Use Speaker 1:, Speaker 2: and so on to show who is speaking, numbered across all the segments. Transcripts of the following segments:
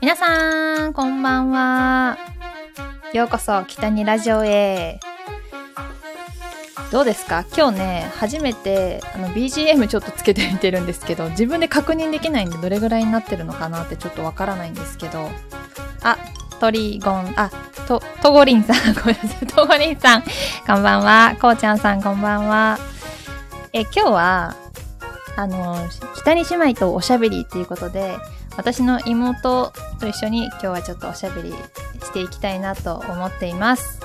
Speaker 1: 皆さん、こんばんは。ようこそ、北にラジオへ。どうですか今日ね、初めて、あの、BGM ちょっとつけてみてるんですけど、自分で確認できないんで、どれぐらいになってるのかなってちょっとわからないんですけど。あ、トリゴン、あ、と、トゴリンさん、ごめんなさい、 トゴリンさん、こんばんは。こうちゃんさん、こんばんは。え、今日は、あの、北に姉妹とおしゃべりということで、私の妹と一緒に今日はちょっとおしゃべりしていきたいなと思っています。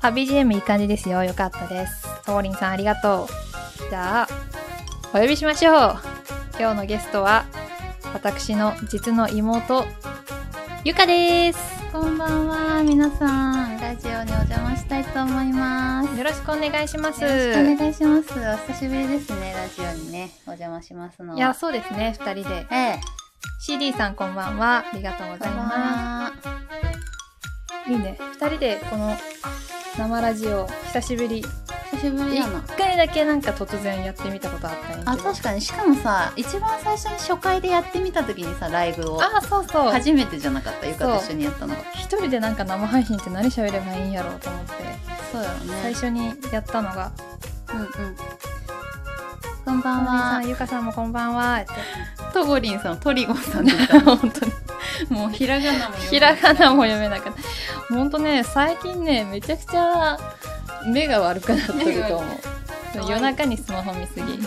Speaker 1: あ、BGM いい感じですよ。よかったです。トーリンさんありがとう。じゃあ、お呼びしましょう。今日のゲストは、私の実の妹、ゆかです。
Speaker 2: こんばんは、皆さん。ラジオにお邪魔したいと思います。
Speaker 1: よろしくお願いします。
Speaker 2: よろしくお願いします。お久しぶりですね、ラジオにね、お邪魔しますのは。
Speaker 1: いや、そうですね、二人で。
Speaker 2: ええ、
Speaker 1: CD さんこんばんは。ありがとうござい
Speaker 2: こんばん
Speaker 1: ま
Speaker 2: は。
Speaker 1: す。いいね。二人でこの生ラジオ、久しぶり。
Speaker 2: 久しぶり
Speaker 1: 一
Speaker 2: だな。
Speaker 1: 回だけなんか突然やってみたことあったんやけど
Speaker 2: あ、確かに、しかもさ、一番最初に初回でやってみた時にさ、ライブを。
Speaker 1: あそうそう
Speaker 2: 初めてじゃなかった、ゆかと一緒にやったのが。
Speaker 1: 一人でなんか生配信って何喋ればいいんやろうと思って
Speaker 2: そうだよ
Speaker 1: 最
Speaker 2: ね。
Speaker 1: 初にやったのが
Speaker 2: うんうん。こんば
Speaker 1: 「
Speaker 2: ん
Speaker 1: さ
Speaker 2: は
Speaker 1: ん。ゆかさんもこんばんは」って
Speaker 2: トゴリンさん、トリゴンさんでし た。
Speaker 1: 本当に
Speaker 2: もうひらがなも
Speaker 1: ひらがなも読めなかった本当ね最近ねめちゃくちゃ目が悪くなってると思う
Speaker 2: 目が悪い
Speaker 1: 夜中にスマホ見すぎ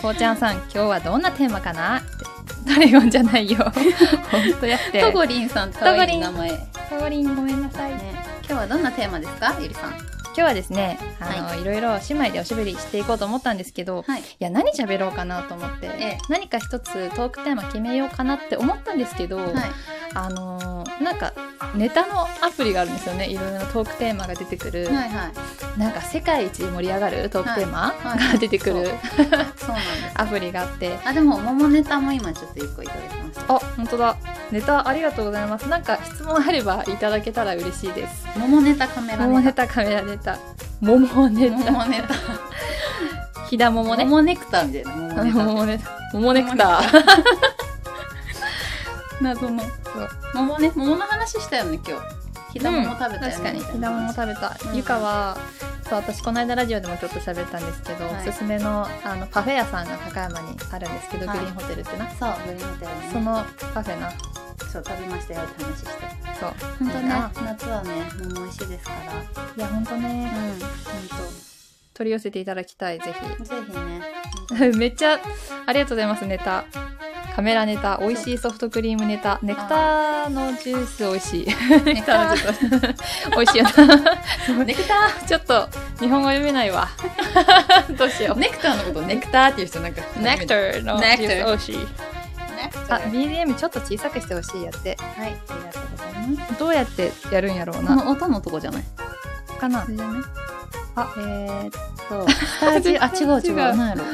Speaker 1: こうちゃんさん今日はどんなテーマかなってトリゴンじゃないよ 本当やって
Speaker 2: トゴリンさん、かわいい名前。ね。
Speaker 1: トゴリンごめんなさい
Speaker 2: 今日はどんなテーマですか、ゆりさん。
Speaker 1: 今日はですねあの、い、ろいろ姉妹でおしゃべりしていこうと思ったんですけど、
Speaker 2: はい。
Speaker 1: いや何喋ろうかなと思って、
Speaker 2: ええ
Speaker 1: 何か一つトークテーマ決めようかなって思ったんですけど、
Speaker 2: はい。
Speaker 1: あのーなんかネタのアプリがあるんですよねいろいろなトークテーマが出てくる、
Speaker 2: はいはい。
Speaker 1: なんか世界一盛り上がるトークテーマ、
Speaker 2: はいはい
Speaker 1: が出てくる、
Speaker 2: そうそうなんです。
Speaker 1: アプリがあって
Speaker 2: あ、でも、桃ネタも今ちょっと一個いただきました。
Speaker 1: あ本当だネタありがとうございますなんか質問あればいただけたら嬉しいです
Speaker 2: 桃ネタ、カメラ
Speaker 1: 桃ネ
Speaker 2: ネタ。
Speaker 1: タカメラネタ桃ネタ
Speaker 2: 桃ネタ。
Speaker 1: ひだ桃ね
Speaker 2: 桃ネクタみたいな。桃ネタ。
Speaker 1: 桃ネタ桃ネクタ
Speaker 2: 謎の
Speaker 1: う。
Speaker 2: 桃ね、桃の話したよね、今日。ひだ桃食べたよね。
Speaker 1: 確かに
Speaker 2: みた
Speaker 1: ひ
Speaker 2: い
Speaker 1: だ
Speaker 2: な
Speaker 1: もも食べた、
Speaker 2: うん
Speaker 1: ゆかはそう私この間ラジオでもちょっと喋ったんですけど、
Speaker 2: はい
Speaker 1: おすすめのあのパフェ屋さんが高山にあるんですけど、
Speaker 2: はい
Speaker 1: グリーンホテルってな
Speaker 2: そう、グリーンホテルね。
Speaker 1: そのパフェな
Speaker 2: そう、食べましたよって話して。
Speaker 1: そう
Speaker 2: 本当
Speaker 1: いい
Speaker 2: ね
Speaker 1: な、
Speaker 2: 夏はね、桃美味しいですから。
Speaker 1: いやほんとね
Speaker 2: うん、本
Speaker 1: 取り寄せていただきたいぜ
Speaker 2: 当。ぜひね。
Speaker 1: ひ めっちゃありがとうございますネタカメラネタ美味しいソフトクリームネタネクターのジュース美味しいネ
Speaker 2: ネクターのジ
Speaker 1: クターのジュース美味しいよな
Speaker 2: ネクタ
Speaker 1: ちょっと日本語読めないわどうしよう
Speaker 2: ネクターのことネクターっていう人なんか
Speaker 1: ネクターのジュース美味しい
Speaker 2: ネクタ
Speaker 1: あ、
Speaker 2: ー
Speaker 1: BGM ちょっと小さくしてほしいやって。
Speaker 2: はいありがとうございます
Speaker 1: どうやってやるんやろう
Speaker 2: こ
Speaker 1: な。
Speaker 2: の音のとこじゃない
Speaker 1: かな。
Speaker 2: じゃない
Speaker 1: あ、えー、っ
Speaker 2: そうス タジあ違う違
Speaker 1: 違う
Speaker 2: う何やろ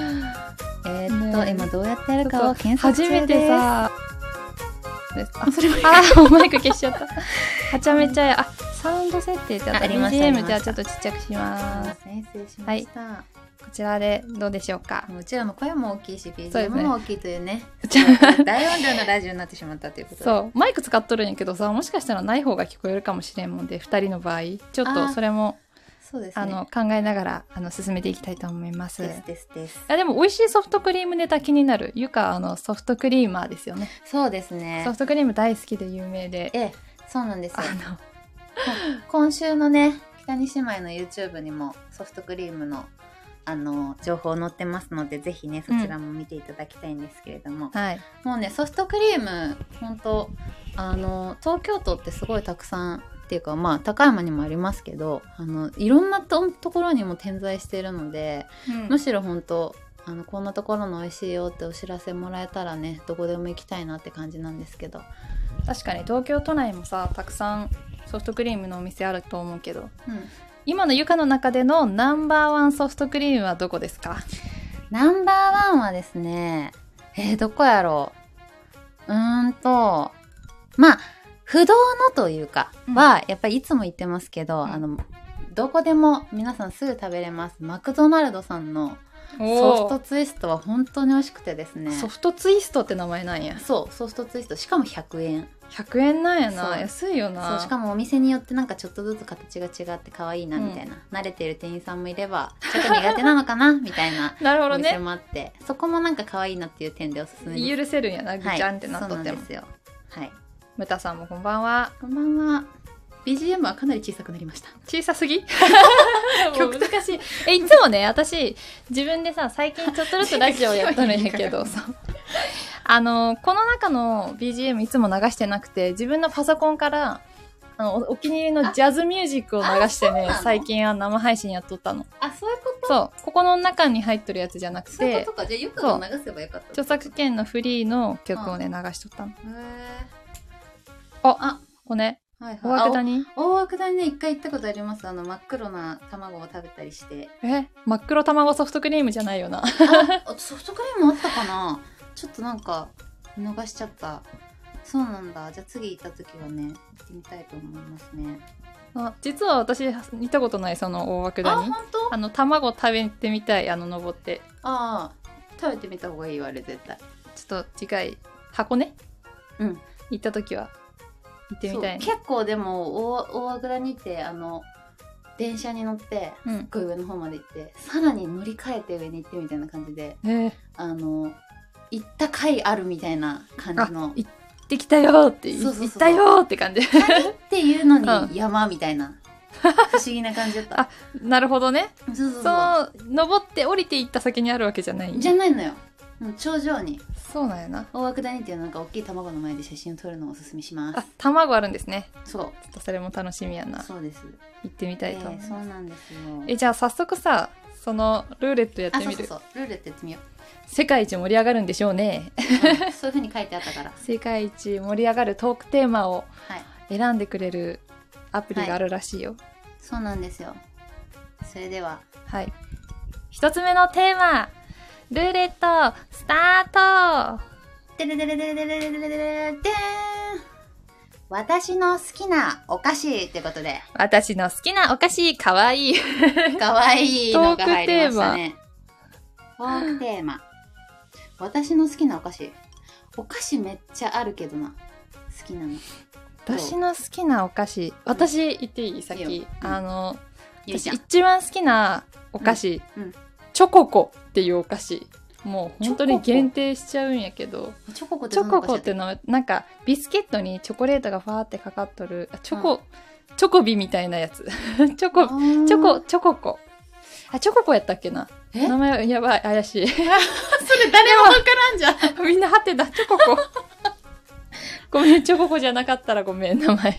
Speaker 2: えーっと、
Speaker 1: ねえ
Speaker 2: 今どうやってやるか
Speaker 1: と
Speaker 2: を検索
Speaker 1: 初
Speaker 2: 中です
Speaker 1: めてさ。ですあ、
Speaker 2: それも
Speaker 1: あ ー、マイク消しちゃった。はちゃめちゃや。あ、サウンド設定ってあった。
Speaker 2: あありましたありま
Speaker 1: BGM
Speaker 2: した
Speaker 1: じゃあちょっとちっちゃくします。
Speaker 2: 先生しました、
Speaker 1: こちらでどうでしょうか。
Speaker 2: うちらの声も大きいし
Speaker 1: そうで
Speaker 2: BGM
Speaker 1: すね
Speaker 2: も大きいというね
Speaker 1: じゃあ
Speaker 2: 大音量のラジオになってしまったということで う
Speaker 1: そうマイク使っとるんやけどさもしかしたらない方が聞こえるかもしれんもんで2人の場合ちょっとそれも
Speaker 2: そうですね
Speaker 1: あの考えながらあの進めていきたいと思います。
Speaker 2: ですですです
Speaker 1: いやでも美味しいソフトクリームネタ気になるゆかあのソフトクリーマーですよね
Speaker 2: そうですね
Speaker 1: ソフトクリーム大好きで有名で
Speaker 2: ええそうなんですよ
Speaker 1: あの
Speaker 2: 今週のね北に姉妹の YouTube にもソフトクリームのあの情報載ってますのでぜひねそちらも見ていただきたいんですけれども、
Speaker 1: はい
Speaker 2: もうねソフトクリーム本当あの東京都ってすごいたくさんっていうかまあ高山にもありますけどあのいろんなとところにも点在しているのでむしろ本当あのこんなところの美味しいよってお知らせもらえたらねどこでも行きたいなって感じなんですけど
Speaker 1: 確かに東京都内もさたくさんソフトクリームのお店あると思うけど
Speaker 2: うん
Speaker 1: 今のゆかの中でのナンバーワンソフトクリームはどこですか
Speaker 2: ナンバーワンはですね、えー、どこやろう。うーんと、まあ、不動のというか
Speaker 1: うん
Speaker 2: は、やっぱりいつも言ってますけど、
Speaker 1: うん
Speaker 2: あの、どこでも皆さんすぐ食べれます。マクドナルドさんのソフ
Speaker 1: お
Speaker 2: ト
Speaker 1: ー
Speaker 2: ツイストは本当に美味しくてですね
Speaker 1: ソフトツイストって名前なんや
Speaker 2: そうソフトツイストしかも100円
Speaker 1: 100円なんや
Speaker 2: そ
Speaker 1: な
Speaker 2: う
Speaker 1: 安いよ
Speaker 2: そう
Speaker 1: な
Speaker 2: しかもお店によってなんかちょっとずつ形が違って可愛いなみたいな、慣れてる店員さんもいればちょっと苦手なのかなみたいな
Speaker 1: なるほ
Speaker 2: お
Speaker 1: ど
Speaker 2: 店
Speaker 1: ね
Speaker 2: もあってそこもなんか可愛いなっていう点でおすすめです
Speaker 1: 許せるんやなぐ
Speaker 2: はい
Speaker 1: ちゃんってなっとって
Speaker 2: そう
Speaker 1: も
Speaker 2: なんですよはい
Speaker 1: ムタさんもこんばんは
Speaker 2: こんばんは BGM はかなり小さくなりました
Speaker 1: 小さす ぎ
Speaker 2: 曲難 しい
Speaker 1: えいつもね私自分でさ最近ちょっとずつラジオやっとるんやけど そうあのこの中の BGM いつも流してなくて自分のパソコンからあのおお気に入りのジャズミュージックを流してね
Speaker 2: ああそうなの
Speaker 1: 最近は生配信やっとったの
Speaker 2: あそういうこと
Speaker 1: そうここの中に入っとるやつじゃなく
Speaker 2: そういう
Speaker 1: て
Speaker 2: ことかじゃあゆかが流せばよかった
Speaker 1: 著作権のフリーの曲をね流しとったの
Speaker 2: へ
Speaker 1: これ大涌谷
Speaker 2: ーはいはいあ大涌谷ね一回行ったことありますあの真っ黒な卵を食べたりして
Speaker 1: え真っ黒卵ソフトクリームじゃないよな
Speaker 2: あソフトクリームあったかなちょっとなんか見逃しちゃったそうなんだじゃあ次行った時はね行ってみたいと思いますね
Speaker 1: あ実は私見たことないその大涌
Speaker 2: あ
Speaker 1: 谷
Speaker 2: 本当
Speaker 1: あの卵食べてみたいあの登って
Speaker 2: ああ食べてみた方がいいわあれ絶対
Speaker 1: ちょっと次回箱根
Speaker 2: うん
Speaker 1: 行った時は行ってみたいね
Speaker 2: そう結構でも大大涌谷ってあの電車に乗って
Speaker 1: う
Speaker 2: すっ
Speaker 1: ん
Speaker 2: ごい上の方まで行ってさらに乗り換えて上に行ってみたいな感じで
Speaker 1: えー
Speaker 2: あの行った回あるみたいな感じの
Speaker 1: あ行できたよーってい
Speaker 2: そうそうそう
Speaker 1: 行ったよーって感じ
Speaker 2: っていうの
Speaker 1: う
Speaker 2: に山みたいな、不思議な感じだった
Speaker 1: あなるほどね
Speaker 2: そうそうそう
Speaker 1: その登って降りて行った先にあるわけじゃない
Speaker 2: じゃないのよもう頂上に
Speaker 1: そうなんやな
Speaker 2: 大涌谷っていうなんか大きい卵の前で写真を撮るのをおすすめしま
Speaker 1: あ卵あるんですね
Speaker 2: すそう
Speaker 1: ちょっとそれも楽しみやな
Speaker 2: そうです、
Speaker 1: 行ってみたい
Speaker 2: え
Speaker 1: と思い
Speaker 2: ー、
Speaker 1: ます
Speaker 2: そうなんですよ
Speaker 1: えじゃあ早速さそのルーレットやって
Speaker 2: あ
Speaker 1: みる
Speaker 2: そうそうそうルーレットやってみよ
Speaker 1: 世界一盛り上がるんでしょうね
Speaker 2: う、うんそういうふうに書いてあったから
Speaker 1: 世界一盛り上がるトークテーマを
Speaker 2: はい
Speaker 1: 選んでくれるアプリがあるらしいよ
Speaker 2: そうなんですよそれでは
Speaker 1: はい、一つ目のテーマルーレットスタート
Speaker 2: てれてれてれてれてれてれてれてーん私の好きなお菓子ってことで
Speaker 1: 私の好きなお菓子かわいい
Speaker 2: かわいいのが入りましたね。トークテーマ。私の好きなお菓子。お菓子めっちゃあるけどな。好きなの。
Speaker 1: 私の好きなお菓子私言っていいさっ
Speaker 2: いい
Speaker 1: き
Speaker 2: ようん
Speaker 1: あの
Speaker 2: ゆい
Speaker 1: 私
Speaker 2: ちゃん。
Speaker 1: 一番好きなお菓子、
Speaker 2: うんうん
Speaker 1: チョココっていうお菓子もう本当
Speaker 2: チョ
Speaker 1: に
Speaker 2: ココ
Speaker 1: 限定しちゃうんやけど
Speaker 2: チョココって
Speaker 1: チ
Speaker 2: ど
Speaker 1: ョ
Speaker 2: んな
Speaker 1: コ
Speaker 2: お菓子
Speaker 1: コ
Speaker 2: だ
Speaker 1: っ
Speaker 2: った
Speaker 1: てのはなんかビスケットにチョコレートがファーってかかっとるあチョコ、チョコビみたいなやつ チョコ
Speaker 2: あー
Speaker 1: チョコ、チョココ。あ、チョココやったっけな
Speaker 2: え
Speaker 1: 名前やばい、怪しい。
Speaker 2: それ誰もわからんじゃん。
Speaker 1: みんなハテナ、チョココ。 ごめん、チョココじゃなかったらごめん、名前。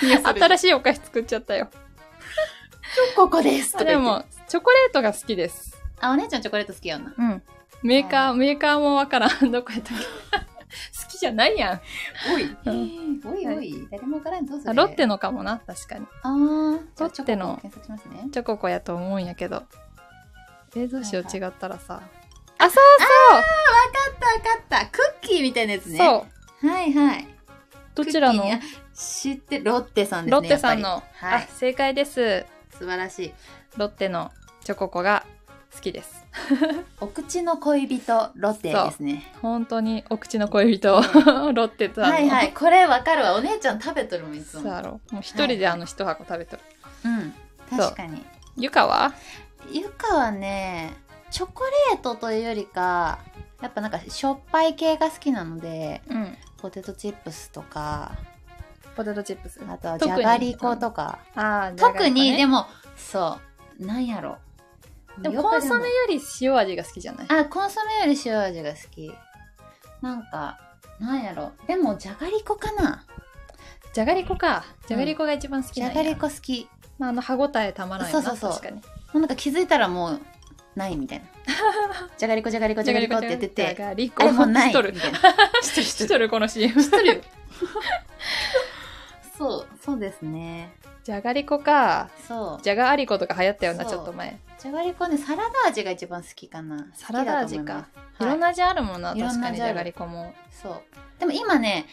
Speaker 1: 新
Speaker 2: しい。
Speaker 1: しいお菓子作っちゃったよ。
Speaker 2: チョココですとか
Speaker 1: で
Speaker 2: 言っ
Speaker 1: も、
Speaker 2: て。
Speaker 1: チョコレートが好きです。
Speaker 2: あ、お姉ちゃんチョコレート好きやんな。好
Speaker 1: うん。メーカー、メーカーもわからん。どこやったっけ 好きじゃないやん。
Speaker 2: おい。
Speaker 1: う
Speaker 2: おいおい。誰もわからんぞ、そ
Speaker 1: あ
Speaker 2: れ。
Speaker 1: ロッテのかもな、確かに。
Speaker 2: あーじゃあチ
Speaker 1: ロッ
Speaker 2: ョココ
Speaker 1: テの
Speaker 2: 検索しますね。
Speaker 1: チョココやと思うんやけど。え、どうしよう、
Speaker 2: はい
Speaker 1: 違ったらさ。あ、そう
Speaker 2: わかった、わかった。クッキーみたいなやつね。
Speaker 1: そう。
Speaker 2: う。はいはい。
Speaker 1: どちらの
Speaker 2: クッキーにあ知って、ロッテさんですね。
Speaker 1: ロッテさん
Speaker 2: やっ
Speaker 1: の。
Speaker 2: ぱりは
Speaker 1: あ
Speaker 2: い、。
Speaker 1: 正解です。
Speaker 2: 素晴らしい。
Speaker 1: ロッテのチョココが好きです。
Speaker 2: お口の恋人ロッテですね。
Speaker 1: 本当にお口の恋人、 ロッテさんの。
Speaker 2: はいはい、これわかるわ。お姉ちゃん食べとるもんいつ
Speaker 1: そう
Speaker 2: も。
Speaker 1: だろう。もう一人であの一箱食べとる。
Speaker 2: うん、確かに。
Speaker 1: ゆかは
Speaker 2: ゆかはね、チョコレートというよりか、やっぱなんかしょっぱい系が好きなので、
Speaker 1: うん。
Speaker 2: ポテトチップスとか、
Speaker 1: ポテトチップス。
Speaker 2: あとはじ
Speaker 1: 特に
Speaker 2: ゃがりことか。
Speaker 1: あーじゃが
Speaker 2: 特
Speaker 1: りこね
Speaker 2: に、でも、そう、なんやろ。
Speaker 1: でも
Speaker 2: よく
Speaker 1: コンソメより塩味が好きじゃない
Speaker 2: あ、コンソメより塩味が好き。なんか、なんやろ。でも、じゃがりこかな。
Speaker 1: じゃがりこか。じゃがりこが一番好き
Speaker 2: じ
Speaker 1: なん
Speaker 2: ゃ
Speaker 1: や
Speaker 2: がりこ好き。
Speaker 1: まあ、あの歯ごたえたまらないな。
Speaker 2: そうそうそ
Speaker 1: 確
Speaker 2: う
Speaker 1: かに。
Speaker 2: もうなんか気づいたらもうないみたい なじゃがりこじゃがりこじゃがりこってやって
Speaker 1: じゃ
Speaker 2: て
Speaker 1: がり
Speaker 2: あ
Speaker 1: こ。
Speaker 2: れもう ない
Speaker 1: しとる
Speaker 2: み。たいな知ってる知
Speaker 1: し
Speaker 2: ってる
Speaker 1: とる、この CM。
Speaker 2: 知ってるそうそうですね
Speaker 1: じゃがりこか。
Speaker 2: そう
Speaker 1: じゃがありことか流行ったような、
Speaker 2: そう
Speaker 1: ちょっと前。
Speaker 2: じゃがりこねサラダ味が一番好きかな
Speaker 1: サラダ味か
Speaker 2: 好きだと思います
Speaker 1: いろんな味あるもんな、
Speaker 2: いろ
Speaker 1: 確
Speaker 2: んな
Speaker 1: かに
Speaker 2: 味
Speaker 1: じ
Speaker 2: あ
Speaker 1: ゃ
Speaker 2: る
Speaker 1: がりこも。
Speaker 2: そうでも今ね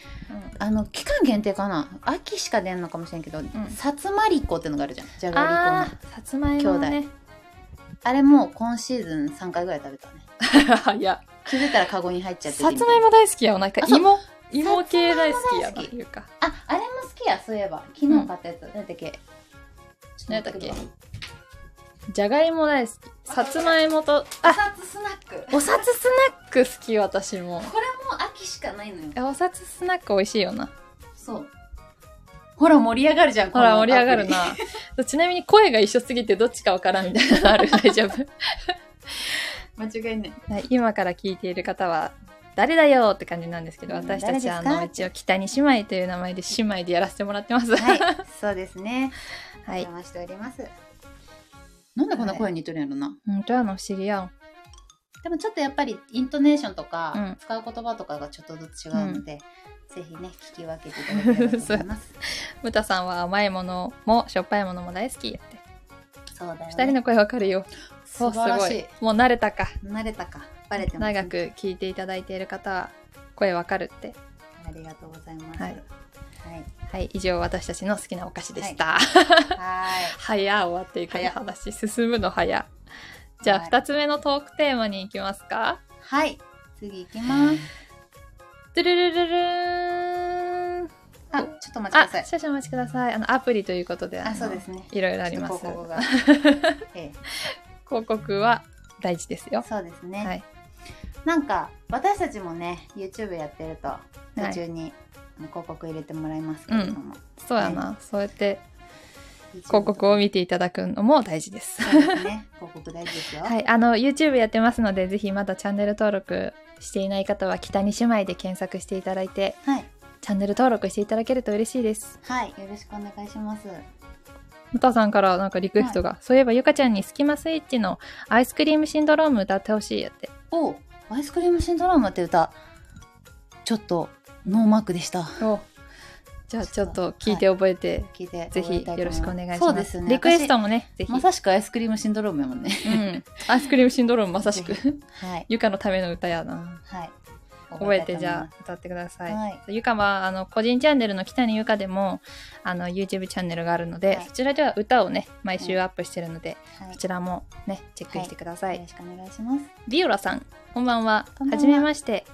Speaker 1: うん
Speaker 2: あの期間限定かな秋しか出んのかもしれんけど、さつまりこってのがあるじゃんじゃがりこの
Speaker 1: あーさつまいものね
Speaker 2: あれもう今シーズン3回ぐらい食べたね
Speaker 1: いや
Speaker 2: 気づいたらカゴに入っちゃって
Speaker 1: さつまいも大好きやなんか
Speaker 2: あそう
Speaker 1: 芋芋系大好きや
Speaker 2: さつ
Speaker 1: ない
Speaker 2: まも大好き
Speaker 1: いうか
Speaker 2: ああれも好きやそういえば昨日買ったやつ、何だっけ
Speaker 1: 何だっけじゃがいも大好きさつまいもと
Speaker 2: お札スナック
Speaker 1: お札スナック好き私も
Speaker 2: これも秋しかないのよ
Speaker 1: えお札スナック美味しいよな
Speaker 2: そうほら盛り上がるじゃん
Speaker 1: ほら盛り上がる なちなみに声が一緒すぎてどっちかわからんみたいなのあ る大丈夫
Speaker 2: 間違いない
Speaker 1: はい今から聞いている方は誰だよって感じなんですけど
Speaker 2: うん
Speaker 1: 私たちはあ
Speaker 2: 誰ですか
Speaker 1: の一応北に姉妹という名前で姉妹でやらせてもらってます
Speaker 2: はいそうですねお
Speaker 1: はい
Speaker 2: 邪魔しておりますなんでこんな声に似とるんやろな、
Speaker 1: 本当やの不思議やん
Speaker 2: でもちょっとやっぱりイントネーションとか、
Speaker 1: うん
Speaker 2: 使う言葉とかがちょっとずつ違うので、ぜひね聞き分けていただければと思います
Speaker 1: ムタさんは甘いものもしょっぱいものも大好きやって
Speaker 2: そうだよ、ね、
Speaker 1: 二人の声わかるよ
Speaker 2: 素晴ら
Speaker 1: お
Speaker 2: し
Speaker 1: す
Speaker 2: い
Speaker 1: ごいもう慣れたか
Speaker 2: 慣れたかバレてますね
Speaker 1: 長く聞いていただいている方は声わかるって
Speaker 2: ありがとうございます
Speaker 1: は
Speaker 2: はいい
Speaker 1: はい以上私たちの好きなお菓子でした、
Speaker 2: はい
Speaker 1: 早終わっていくの
Speaker 2: 早
Speaker 1: 話進むの早じゃあ
Speaker 2: はい
Speaker 1: 2つ目のトークテーマに行きますか
Speaker 2: はい次行きます
Speaker 1: ドゥルルルルーン
Speaker 2: あちょっとお待ちく
Speaker 1: あ
Speaker 2: ださい
Speaker 1: 少々お待ちくださいあのアプリということで
Speaker 2: あ
Speaker 1: あの
Speaker 2: そうですね
Speaker 1: いろいろあります
Speaker 2: ちょっとこ こがえ
Speaker 1: 広告は大事です
Speaker 2: え
Speaker 1: よ
Speaker 2: そうですね、
Speaker 1: はい
Speaker 2: なんか私たちもね YouTube やってると
Speaker 1: い
Speaker 2: 途中に広告入れてもらいますけれども、
Speaker 1: そうやな、そうやって広
Speaker 2: 広
Speaker 1: 告を見ていただくのも大事です
Speaker 2: そうですね広告大事です よ
Speaker 1: はい、あの YouTube やってますのでぜひまだチャンネル登録していない方は北に姉妹で検索していただいて
Speaker 2: はい、
Speaker 1: チャンネル登録していただけると嬉しいです
Speaker 2: はい、よろしくお願いします
Speaker 1: ムタさんからなんかリクエストが、そういえばゆかちゃんにスキマスイッチのアイスクリームシンドローム歌ってほしいやって
Speaker 2: おアイスクリームシンドロームって歌ちょっとノーマークでした
Speaker 1: おじゃあちょっと聞いて覚えて、
Speaker 2: 聞いて
Speaker 1: ぜひよろしくお願いします
Speaker 2: そうですね
Speaker 1: リクエスト
Speaker 2: 私
Speaker 1: もねぜひ、
Speaker 2: まさしくアイスクリームシンドロームやもんね
Speaker 1: うん、アイスクリームシンドロームまさしく
Speaker 2: ぜは い
Speaker 1: ゆかのための歌やな
Speaker 2: はい
Speaker 1: 覚えてじゃ
Speaker 2: あ
Speaker 1: あ歌ってください、
Speaker 2: はい
Speaker 1: ゆかはあの個人チャンネルの北にゆかでもあの YouTube チャンネルがあるので、
Speaker 2: はい
Speaker 1: そちらでは歌をね毎週アップしてるので、
Speaker 2: はい
Speaker 1: そちらもねチェックしてください、
Speaker 2: よろしくお願いします
Speaker 1: ビオラさんこんばんは
Speaker 2: こんばんは
Speaker 1: はじめまして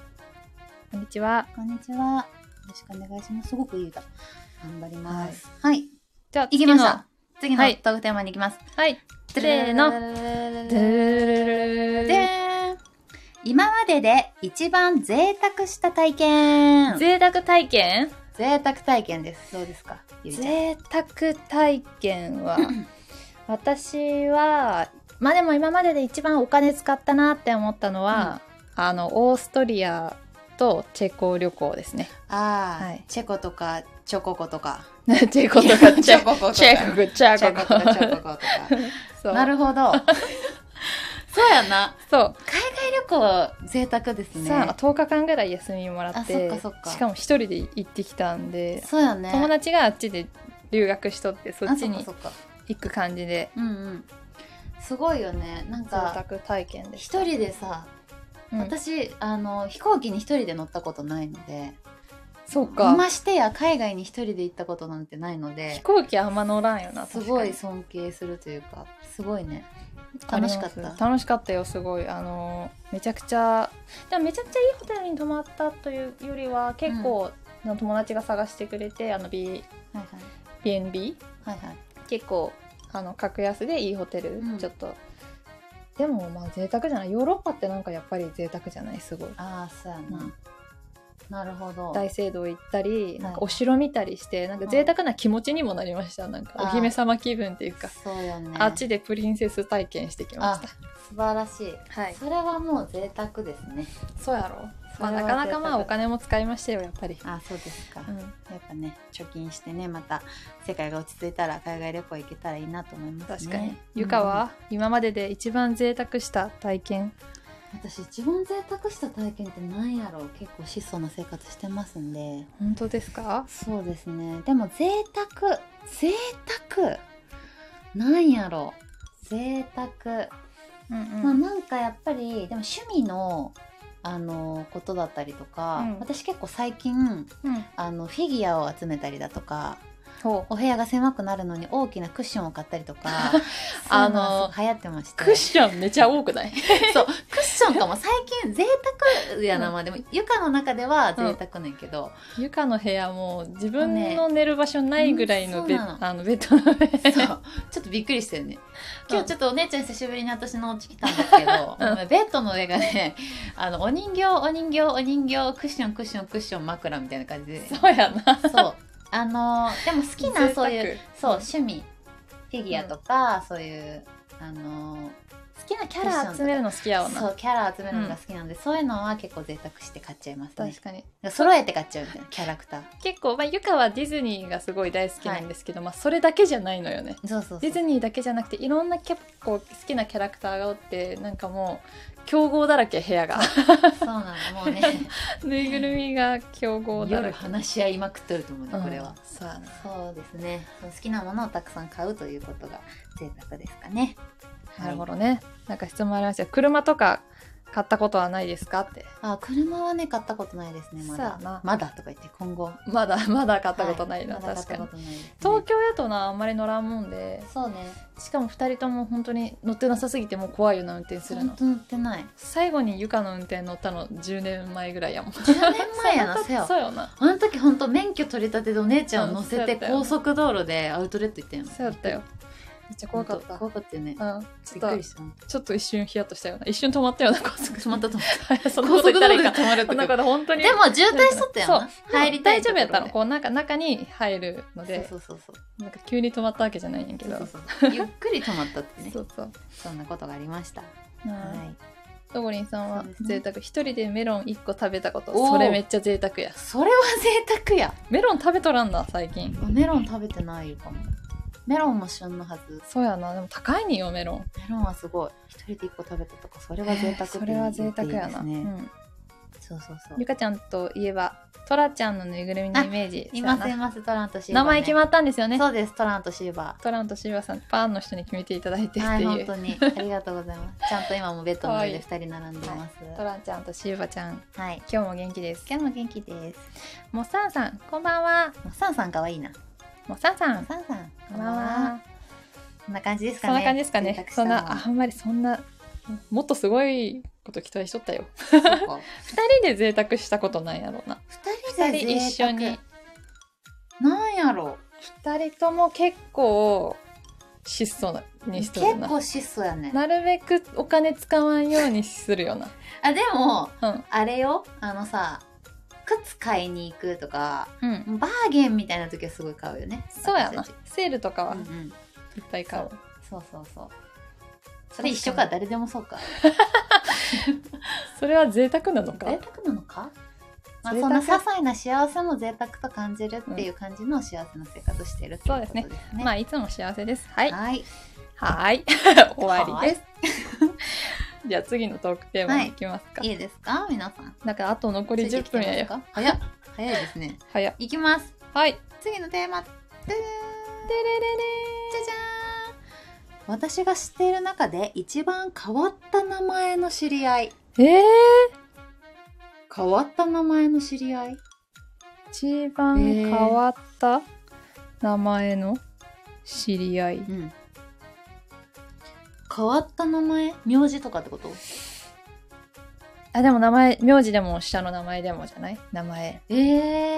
Speaker 1: こんにちは
Speaker 2: こんにちはよろしくお願いしますすごくいい歌頑張りますはい、
Speaker 1: じゃあ
Speaker 2: 行きました次の
Speaker 1: はい
Speaker 2: トークテーマに行きます、
Speaker 1: 次のはいせーの
Speaker 2: でーん今までで一番贅沢した体験
Speaker 1: 贅沢体験
Speaker 2: 贅沢体験ですどうですかゆりちゃん
Speaker 1: 贅沢体験 は私はまあでも今までで一番お金使ったなって思ったのは、あのオーストリアとチェコ旅行ですね
Speaker 2: あー、
Speaker 1: はい
Speaker 2: チェコとかチョココとか
Speaker 1: チェコとかチ
Speaker 2: チ
Speaker 1: ェ
Speaker 2: ョ
Speaker 1: コ
Speaker 2: ココとか
Speaker 1: チェコチ
Speaker 2: チ
Speaker 1: ェ
Speaker 2: ョコ
Speaker 1: コ
Speaker 2: とかチョココとか
Speaker 1: そう
Speaker 2: なるほど そうやな
Speaker 1: そう
Speaker 2: 海外旅行贅沢ですね
Speaker 1: さあ10日間ぐらい休みもらっ
Speaker 2: あ
Speaker 1: て
Speaker 2: そっかそっか
Speaker 1: しかも一人で行ってきたんで、
Speaker 2: そうやね
Speaker 1: 友達があっちで留学しとってそっち
Speaker 2: あ
Speaker 1: に
Speaker 2: そっかそっか
Speaker 1: 行く感じで
Speaker 2: うんうんすごいよねなん
Speaker 1: 贅
Speaker 2: か
Speaker 1: 沢体験です
Speaker 2: 一人でさ、
Speaker 1: うん
Speaker 2: 私あの飛行機に一人で乗ったことないので
Speaker 1: そうか
Speaker 2: ましてや海外に一人で行ったことなんてないの
Speaker 1: 飛
Speaker 2: で
Speaker 1: 行機あんま乗らんよな確
Speaker 2: す
Speaker 1: かに
Speaker 2: ごい尊敬するというかすごいね楽しかった
Speaker 1: あります楽しかったよすごいあのめちゃくちゃでもめちゃくちゃいいホテルに泊まったというよりは結構、の友達が探してくれてあの B
Speaker 2: はい
Speaker 1: BNB
Speaker 2: はいはいはい
Speaker 1: 結構あの格安でいいホテル、
Speaker 2: うん
Speaker 1: ちょっとでもまあ贅沢じゃないヨーロッパってなんかやっぱり贅沢じゃないすごい
Speaker 2: ああそうやな、
Speaker 1: うん
Speaker 2: なるほど
Speaker 1: 大聖堂行ったりなんか
Speaker 2: はい
Speaker 1: お城見たりしてなんか贅沢な気持ちにもなりましたなんか
Speaker 2: あ
Speaker 1: お
Speaker 2: ー
Speaker 1: 姫様気分っていうか
Speaker 2: そうよね
Speaker 1: あっちでプリンセス体験してきました
Speaker 2: 素晴らしい、
Speaker 1: はい
Speaker 2: それはもう贅沢ですね
Speaker 1: そうやろまあ、
Speaker 2: そ
Speaker 1: な
Speaker 2: れは
Speaker 1: かなかまあ
Speaker 2: 贅沢
Speaker 1: お金も使いましたよやっぱり、
Speaker 2: あそうですか、
Speaker 1: うん、
Speaker 2: やっぱね貯金してねまた世界が落ち着いたら海外旅行行けたらいいなと思いま
Speaker 1: 確
Speaker 2: すね
Speaker 1: かに、ゆかは、今までで一番贅沢した体験
Speaker 2: うん私一番贅沢した体験って何やろう結構質素な生活してますんで
Speaker 1: 本当ですか
Speaker 2: そうですねでも贅沢贅沢なんやろう贅沢、
Speaker 1: うんうん
Speaker 2: まあなんかやっぱりでも趣味のあのことだったりとか、
Speaker 1: うん
Speaker 2: 私結構最近
Speaker 1: うん
Speaker 2: あのフィギュアを集めたりだとか
Speaker 1: ほう
Speaker 2: お部屋が狭くなるのに大きなクッションを買ったり とか
Speaker 1: あ
Speaker 2: あ
Speaker 1: の
Speaker 2: の流行ってまして
Speaker 1: クッションめちゃ多くない
Speaker 2: そうクッションかも最近贅沢やな、まあでも床の中では贅沢なんやけど、
Speaker 1: 床の部屋も自分の寝る場所ないぐらいのベッ,、
Speaker 2: うんそうな
Speaker 1: あのベッドの上
Speaker 2: そうちょっとびっくりしたよね
Speaker 1: うん
Speaker 2: 今日ちょっとお姉ちゃん久しぶりに私のお家来たんですけど、
Speaker 1: う
Speaker 2: ベッドの上がね あのお人形お人形お人形クッションクッションクッション枕みたいな感じで
Speaker 1: そうやな
Speaker 2: そうあの でも好きなそういう
Speaker 1: う
Speaker 2: そう趣味フィギュアとか、そういうあの好きなキ
Speaker 1: キ
Speaker 2: ャ
Speaker 1: ャ
Speaker 2: ラ
Speaker 1: ラ
Speaker 2: 集
Speaker 1: 集
Speaker 2: め
Speaker 1: め
Speaker 2: る
Speaker 1: るの好きやわ
Speaker 2: そ
Speaker 1: な
Speaker 2: うキャラ集めるのが好きなんで、そういうのは結構贅沢して買っちゃいますね
Speaker 1: 確かに
Speaker 2: 揃えて買っちゃうみたいなキャラクター
Speaker 1: 結構、まあ、ゆかはディズニーがすごい大好きなんですけど、まあ、それだけじゃないのよね
Speaker 2: そうそうそう
Speaker 1: ディズニーだけじゃなくていろんな結構好きなキャラクターがおってなんかもう競合だらけ部屋 が
Speaker 2: そうなのもうね
Speaker 1: ぬいぐるみが競合だら
Speaker 2: 夜
Speaker 1: け
Speaker 2: 話し合いまくっとると思うね、これ
Speaker 1: う
Speaker 2: は
Speaker 1: んそうやな
Speaker 2: そうですね好きなものをたくさん買うということが贅沢ですかね
Speaker 1: なるほどねなんか質問ありましたよ車とか買ったことはないですかって
Speaker 2: あ車はね買ったことないですねま
Speaker 1: そうやな
Speaker 2: だまだとか言って今後
Speaker 1: まだ まだ買
Speaker 2: 買
Speaker 1: ったことないな、
Speaker 2: まだ
Speaker 1: 確か
Speaker 2: 買った
Speaker 1: に
Speaker 2: ことないですね
Speaker 1: 東京やとなあんまり乗らんもんで
Speaker 2: そうね
Speaker 1: しかも2人とも本当に乗ってなさすぎてもう怖いような運転する
Speaker 2: 本
Speaker 1: の
Speaker 2: 当乗って ない
Speaker 1: 最後にゆかの運転乗ったの10年前ぐらいやもん
Speaker 2: 10年 前やな
Speaker 1: そう
Speaker 2: せや
Speaker 1: そうよな
Speaker 2: あの時本当免許取り立てでお姉ちゃんを乗せ
Speaker 1: うんそうや
Speaker 2: て
Speaker 1: ったよ
Speaker 2: 高速道路でアウトレット行ったよ
Speaker 1: そうやったよめっちゃ怖かった
Speaker 2: 本当怖かったよね
Speaker 1: うん、
Speaker 2: び
Speaker 1: ち
Speaker 2: っ
Speaker 1: ょ
Speaker 2: く
Speaker 1: っ
Speaker 2: り
Speaker 1: と
Speaker 2: した
Speaker 1: ちょっと一瞬ヒヤッとしたような一瞬止まったような 高速
Speaker 2: 止まったと思っ
Speaker 1: そ
Speaker 2: た
Speaker 1: んなこと
Speaker 2: 高速
Speaker 1: 言っ
Speaker 2: 道
Speaker 1: たらい
Speaker 2: 路
Speaker 1: い
Speaker 2: で
Speaker 1: か
Speaker 2: 止まるって
Speaker 1: こん
Speaker 2: こ
Speaker 1: な
Speaker 2: と
Speaker 1: こと本当に
Speaker 2: でも渋滞しとったやん
Speaker 1: そう
Speaker 2: な入りたい
Speaker 1: 大丈夫やったの
Speaker 2: とこ
Speaker 1: こうなんか中に入るの
Speaker 2: ろで
Speaker 1: で
Speaker 2: そうそうそう
Speaker 1: なんか急に止まったわけじゃないんやけ
Speaker 2: そ
Speaker 1: ど
Speaker 2: うそうそうゆっくり止まったってね
Speaker 1: そうそう
Speaker 2: そんなことがありました。
Speaker 1: はい
Speaker 2: い。
Speaker 1: ドゴリンさんは
Speaker 2: そうですね
Speaker 1: 贅沢一、人でメロン一個食べたこと
Speaker 2: おー
Speaker 1: それめっちゃ贅沢や
Speaker 2: それは贅沢や。
Speaker 1: メロン食べとらんな最近
Speaker 2: メロン食べてないかも。メロンも旬のはず。
Speaker 1: そうやなでも高いによメロン
Speaker 2: メロンはすごい。一人で一個食べたとか、それは贅沢って
Speaker 1: それ
Speaker 2: 言
Speaker 1: は
Speaker 2: っていい
Speaker 1: 贅沢や
Speaker 2: で
Speaker 1: な、
Speaker 2: すね
Speaker 1: うん
Speaker 2: そうそうそう
Speaker 1: ゆ。かちゃんといえばトラちゃんのぬいぐるみのイメージ
Speaker 2: いま
Speaker 1: そう
Speaker 2: す
Speaker 1: やな
Speaker 2: います、トランとシーバー、
Speaker 1: 名前決まったんですよね
Speaker 2: そうです、トランとシーバー。
Speaker 1: トランとシーバさんパンの人に決めていただいてっていう、
Speaker 2: はい、本 当に。ありがとうございます。ちゃんと今もベッドの上で二人並んでます。
Speaker 1: トランちゃんとシーバちゃん
Speaker 2: はい。
Speaker 1: 今日も元気です
Speaker 2: 今日も元気です。
Speaker 1: モッサンさんこんばんは
Speaker 2: もうサンさん可愛いな。
Speaker 1: モッサンさ
Speaker 2: もうんサンさん、
Speaker 1: こんばんは
Speaker 2: こんな感じですか
Speaker 1: そ
Speaker 2: ね。
Speaker 1: んな感じですか
Speaker 2: 贅
Speaker 1: ね
Speaker 2: 沢し
Speaker 1: そ
Speaker 2: た
Speaker 1: ん
Speaker 2: の
Speaker 1: なああんまりそんなもっとすごいこと期待しとったよ
Speaker 2: そうか
Speaker 1: 二人で贅沢したことないやろうな
Speaker 2: 二
Speaker 1: 二
Speaker 2: 人で
Speaker 1: 人
Speaker 2: 贅
Speaker 1: 一
Speaker 2: 沢
Speaker 1: 緒に
Speaker 2: なんやろ
Speaker 1: 二人とも結構質素なにし
Speaker 2: 結
Speaker 1: とるな
Speaker 2: 構質素やね
Speaker 1: なるべくお金使わんようにするよな
Speaker 2: あでも
Speaker 1: うん
Speaker 2: あれよあのさ靴買いに行くとか
Speaker 1: うん
Speaker 2: バーゲンみたいな時はすごい買うよね
Speaker 1: そうやな
Speaker 2: 私たち
Speaker 1: セールとかは
Speaker 2: うんうん
Speaker 1: いっぱい買う、
Speaker 2: そうそうそうそれ一緒か誰でもそうか
Speaker 1: それは贅沢なのか
Speaker 2: 贅沢なのかまあ、
Speaker 1: 贅
Speaker 2: そん
Speaker 1: 沢
Speaker 2: な些細な幸せも贅沢と感じるっていう感じの幸せな生活をしているっていうことですね。
Speaker 1: まあいつも幸せですはい
Speaker 2: はい。
Speaker 1: はい 終わりですじゃあ次のトークテーマに行きますか、
Speaker 2: いいですか皆さん。
Speaker 1: なんかあと残
Speaker 2: こ
Speaker 1: り10分やよ
Speaker 2: 早っ早いですね。
Speaker 1: 早っ
Speaker 2: いきます。
Speaker 1: はい
Speaker 2: 次のテーマてじゃじ
Speaker 1: でれれれ
Speaker 2: ゃーん私が知っている中で一番変わった名前の知り合い
Speaker 1: えー、
Speaker 2: 変わった名前の知り合い
Speaker 1: 一番変わった名前の知り合い、
Speaker 2: うん変わった名前名字とかってこと
Speaker 1: あでも名前名字でも下の名前でもじゃない名前
Speaker 2: え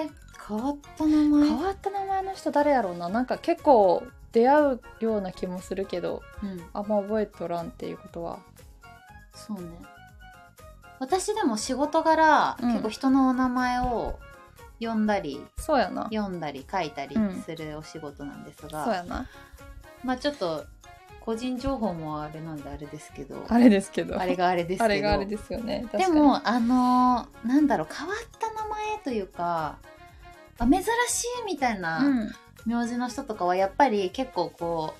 Speaker 2: ー、変わった名前
Speaker 1: 変わった名前の人誰やろうななんか結構出会うような気もするけど
Speaker 2: うん
Speaker 1: あんま覚えとらんっていうことは
Speaker 2: そうね私でも仕事柄、
Speaker 1: うん
Speaker 2: 結構人のお名前を呼んだり
Speaker 1: そうやな
Speaker 2: 読んだり書いたり
Speaker 1: うん
Speaker 2: するお仕事なんですが、
Speaker 1: そうやな
Speaker 2: まあちょっと個人情報もあれなんであれですけど
Speaker 1: あれですけど
Speaker 2: あれがあれですけど
Speaker 1: あれがあれですよね確
Speaker 2: で
Speaker 1: かに
Speaker 2: もあのーなんだろう変わった名前というかあ珍しいみたいな
Speaker 1: うん
Speaker 2: 名字の人とかはやっぱり結構こ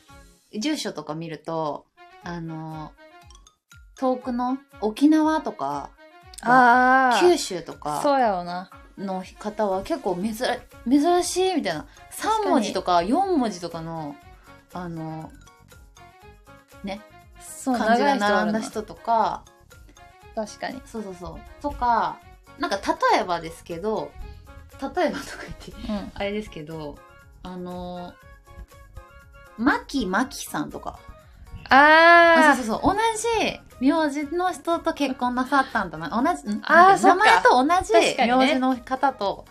Speaker 2: う住所とか見るとあのー遠くの沖縄とか
Speaker 1: あ
Speaker 2: 九州と
Speaker 1: あそ
Speaker 2: か
Speaker 1: うやろな
Speaker 2: の方は結構珍珍しいみたいな
Speaker 1: かに
Speaker 2: 3文字とか4文字とかのあのー
Speaker 1: そう
Speaker 2: 漢字が
Speaker 1: 長い人お
Speaker 2: 並
Speaker 1: る
Speaker 2: んだ
Speaker 1: な
Speaker 2: 人とか
Speaker 1: 確かに
Speaker 2: そうそうそうとかなんか例えばですけど例えばとか言って
Speaker 1: うん
Speaker 2: あれですけどあのマキマキさんとか
Speaker 1: あ
Speaker 2: あ
Speaker 1: ー
Speaker 2: そうそうそう同じ名字の人と結婚なさったんだな同じん
Speaker 1: あー
Speaker 2: なんて名前
Speaker 1: そ
Speaker 2: と同
Speaker 1: 確かに
Speaker 2: じ
Speaker 1: ね
Speaker 2: 名字の方と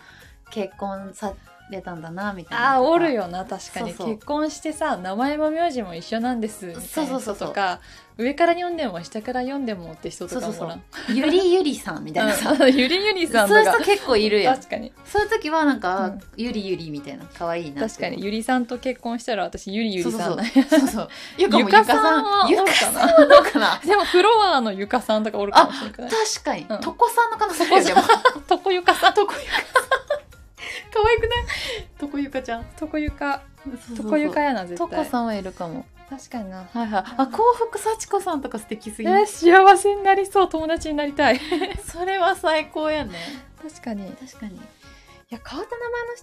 Speaker 2: 結婚されたんだなみたいな
Speaker 1: あーおるよな確かに
Speaker 2: そうそう
Speaker 1: 結婚してさ名前も名字も一緒なんですみたいな人
Speaker 2: そうそうそうそう
Speaker 1: とか上から読んでも下から読んでもって人とかも
Speaker 2: そ
Speaker 1: お
Speaker 2: うそ
Speaker 1: ら
Speaker 2: うんゆりゆりさんみたいなさ、
Speaker 1: うんゆりゆりさんと
Speaker 2: そういう
Speaker 1: か
Speaker 2: 人結構いるやん
Speaker 1: 確かに
Speaker 2: そういう時はなんか、
Speaker 1: うん
Speaker 2: ゆりゆりみたいな可愛いなって
Speaker 1: 確かにゆりさんと結婚したら私ゆりゆ
Speaker 2: そう
Speaker 1: り
Speaker 2: そう
Speaker 1: さ
Speaker 2: そ
Speaker 1: ん
Speaker 2: う
Speaker 1: だね
Speaker 2: そう そうゆかも
Speaker 1: ゆ
Speaker 2: ゆ
Speaker 1: か
Speaker 2: かさ
Speaker 1: さ
Speaker 2: ん
Speaker 1: んはお
Speaker 2: ゆ
Speaker 1: る
Speaker 2: か
Speaker 1: か
Speaker 2: さん
Speaker 1: な
Speaker 2: はどうかな
Speaker 1: でもフロアのゆかさんとかおるかもしれない
Speaker 2: 確かに、
Speaker 1: うん
Speaker 2: とこさんの可能性あるよでも
Speaker 1: とこゆかさんとこゆか
Speaker 2: 可愛くないとこゆかちゃん
Speaker 1: とこゆか
Speaker 2: そう
Speaker 1: と
Speaker 2: そうそう
Speaker 1: こゆかやな絶
Speaker 2: と
Speaker 1: 対
Speaker 2: こさんはいるかも
Speaker 1: 確かにな
Speaker 2: はいはいあ幸福幸子さんとか素敵す
Speaker 1: え
Speaker 2: ぎる
Speaker 1: ー幸せになりそう友達になりたい
Speaker 2: それは最高やね
Speaker 1: 確かに
Speaker 2: 確かに
Speaker 1: いや変わった名前の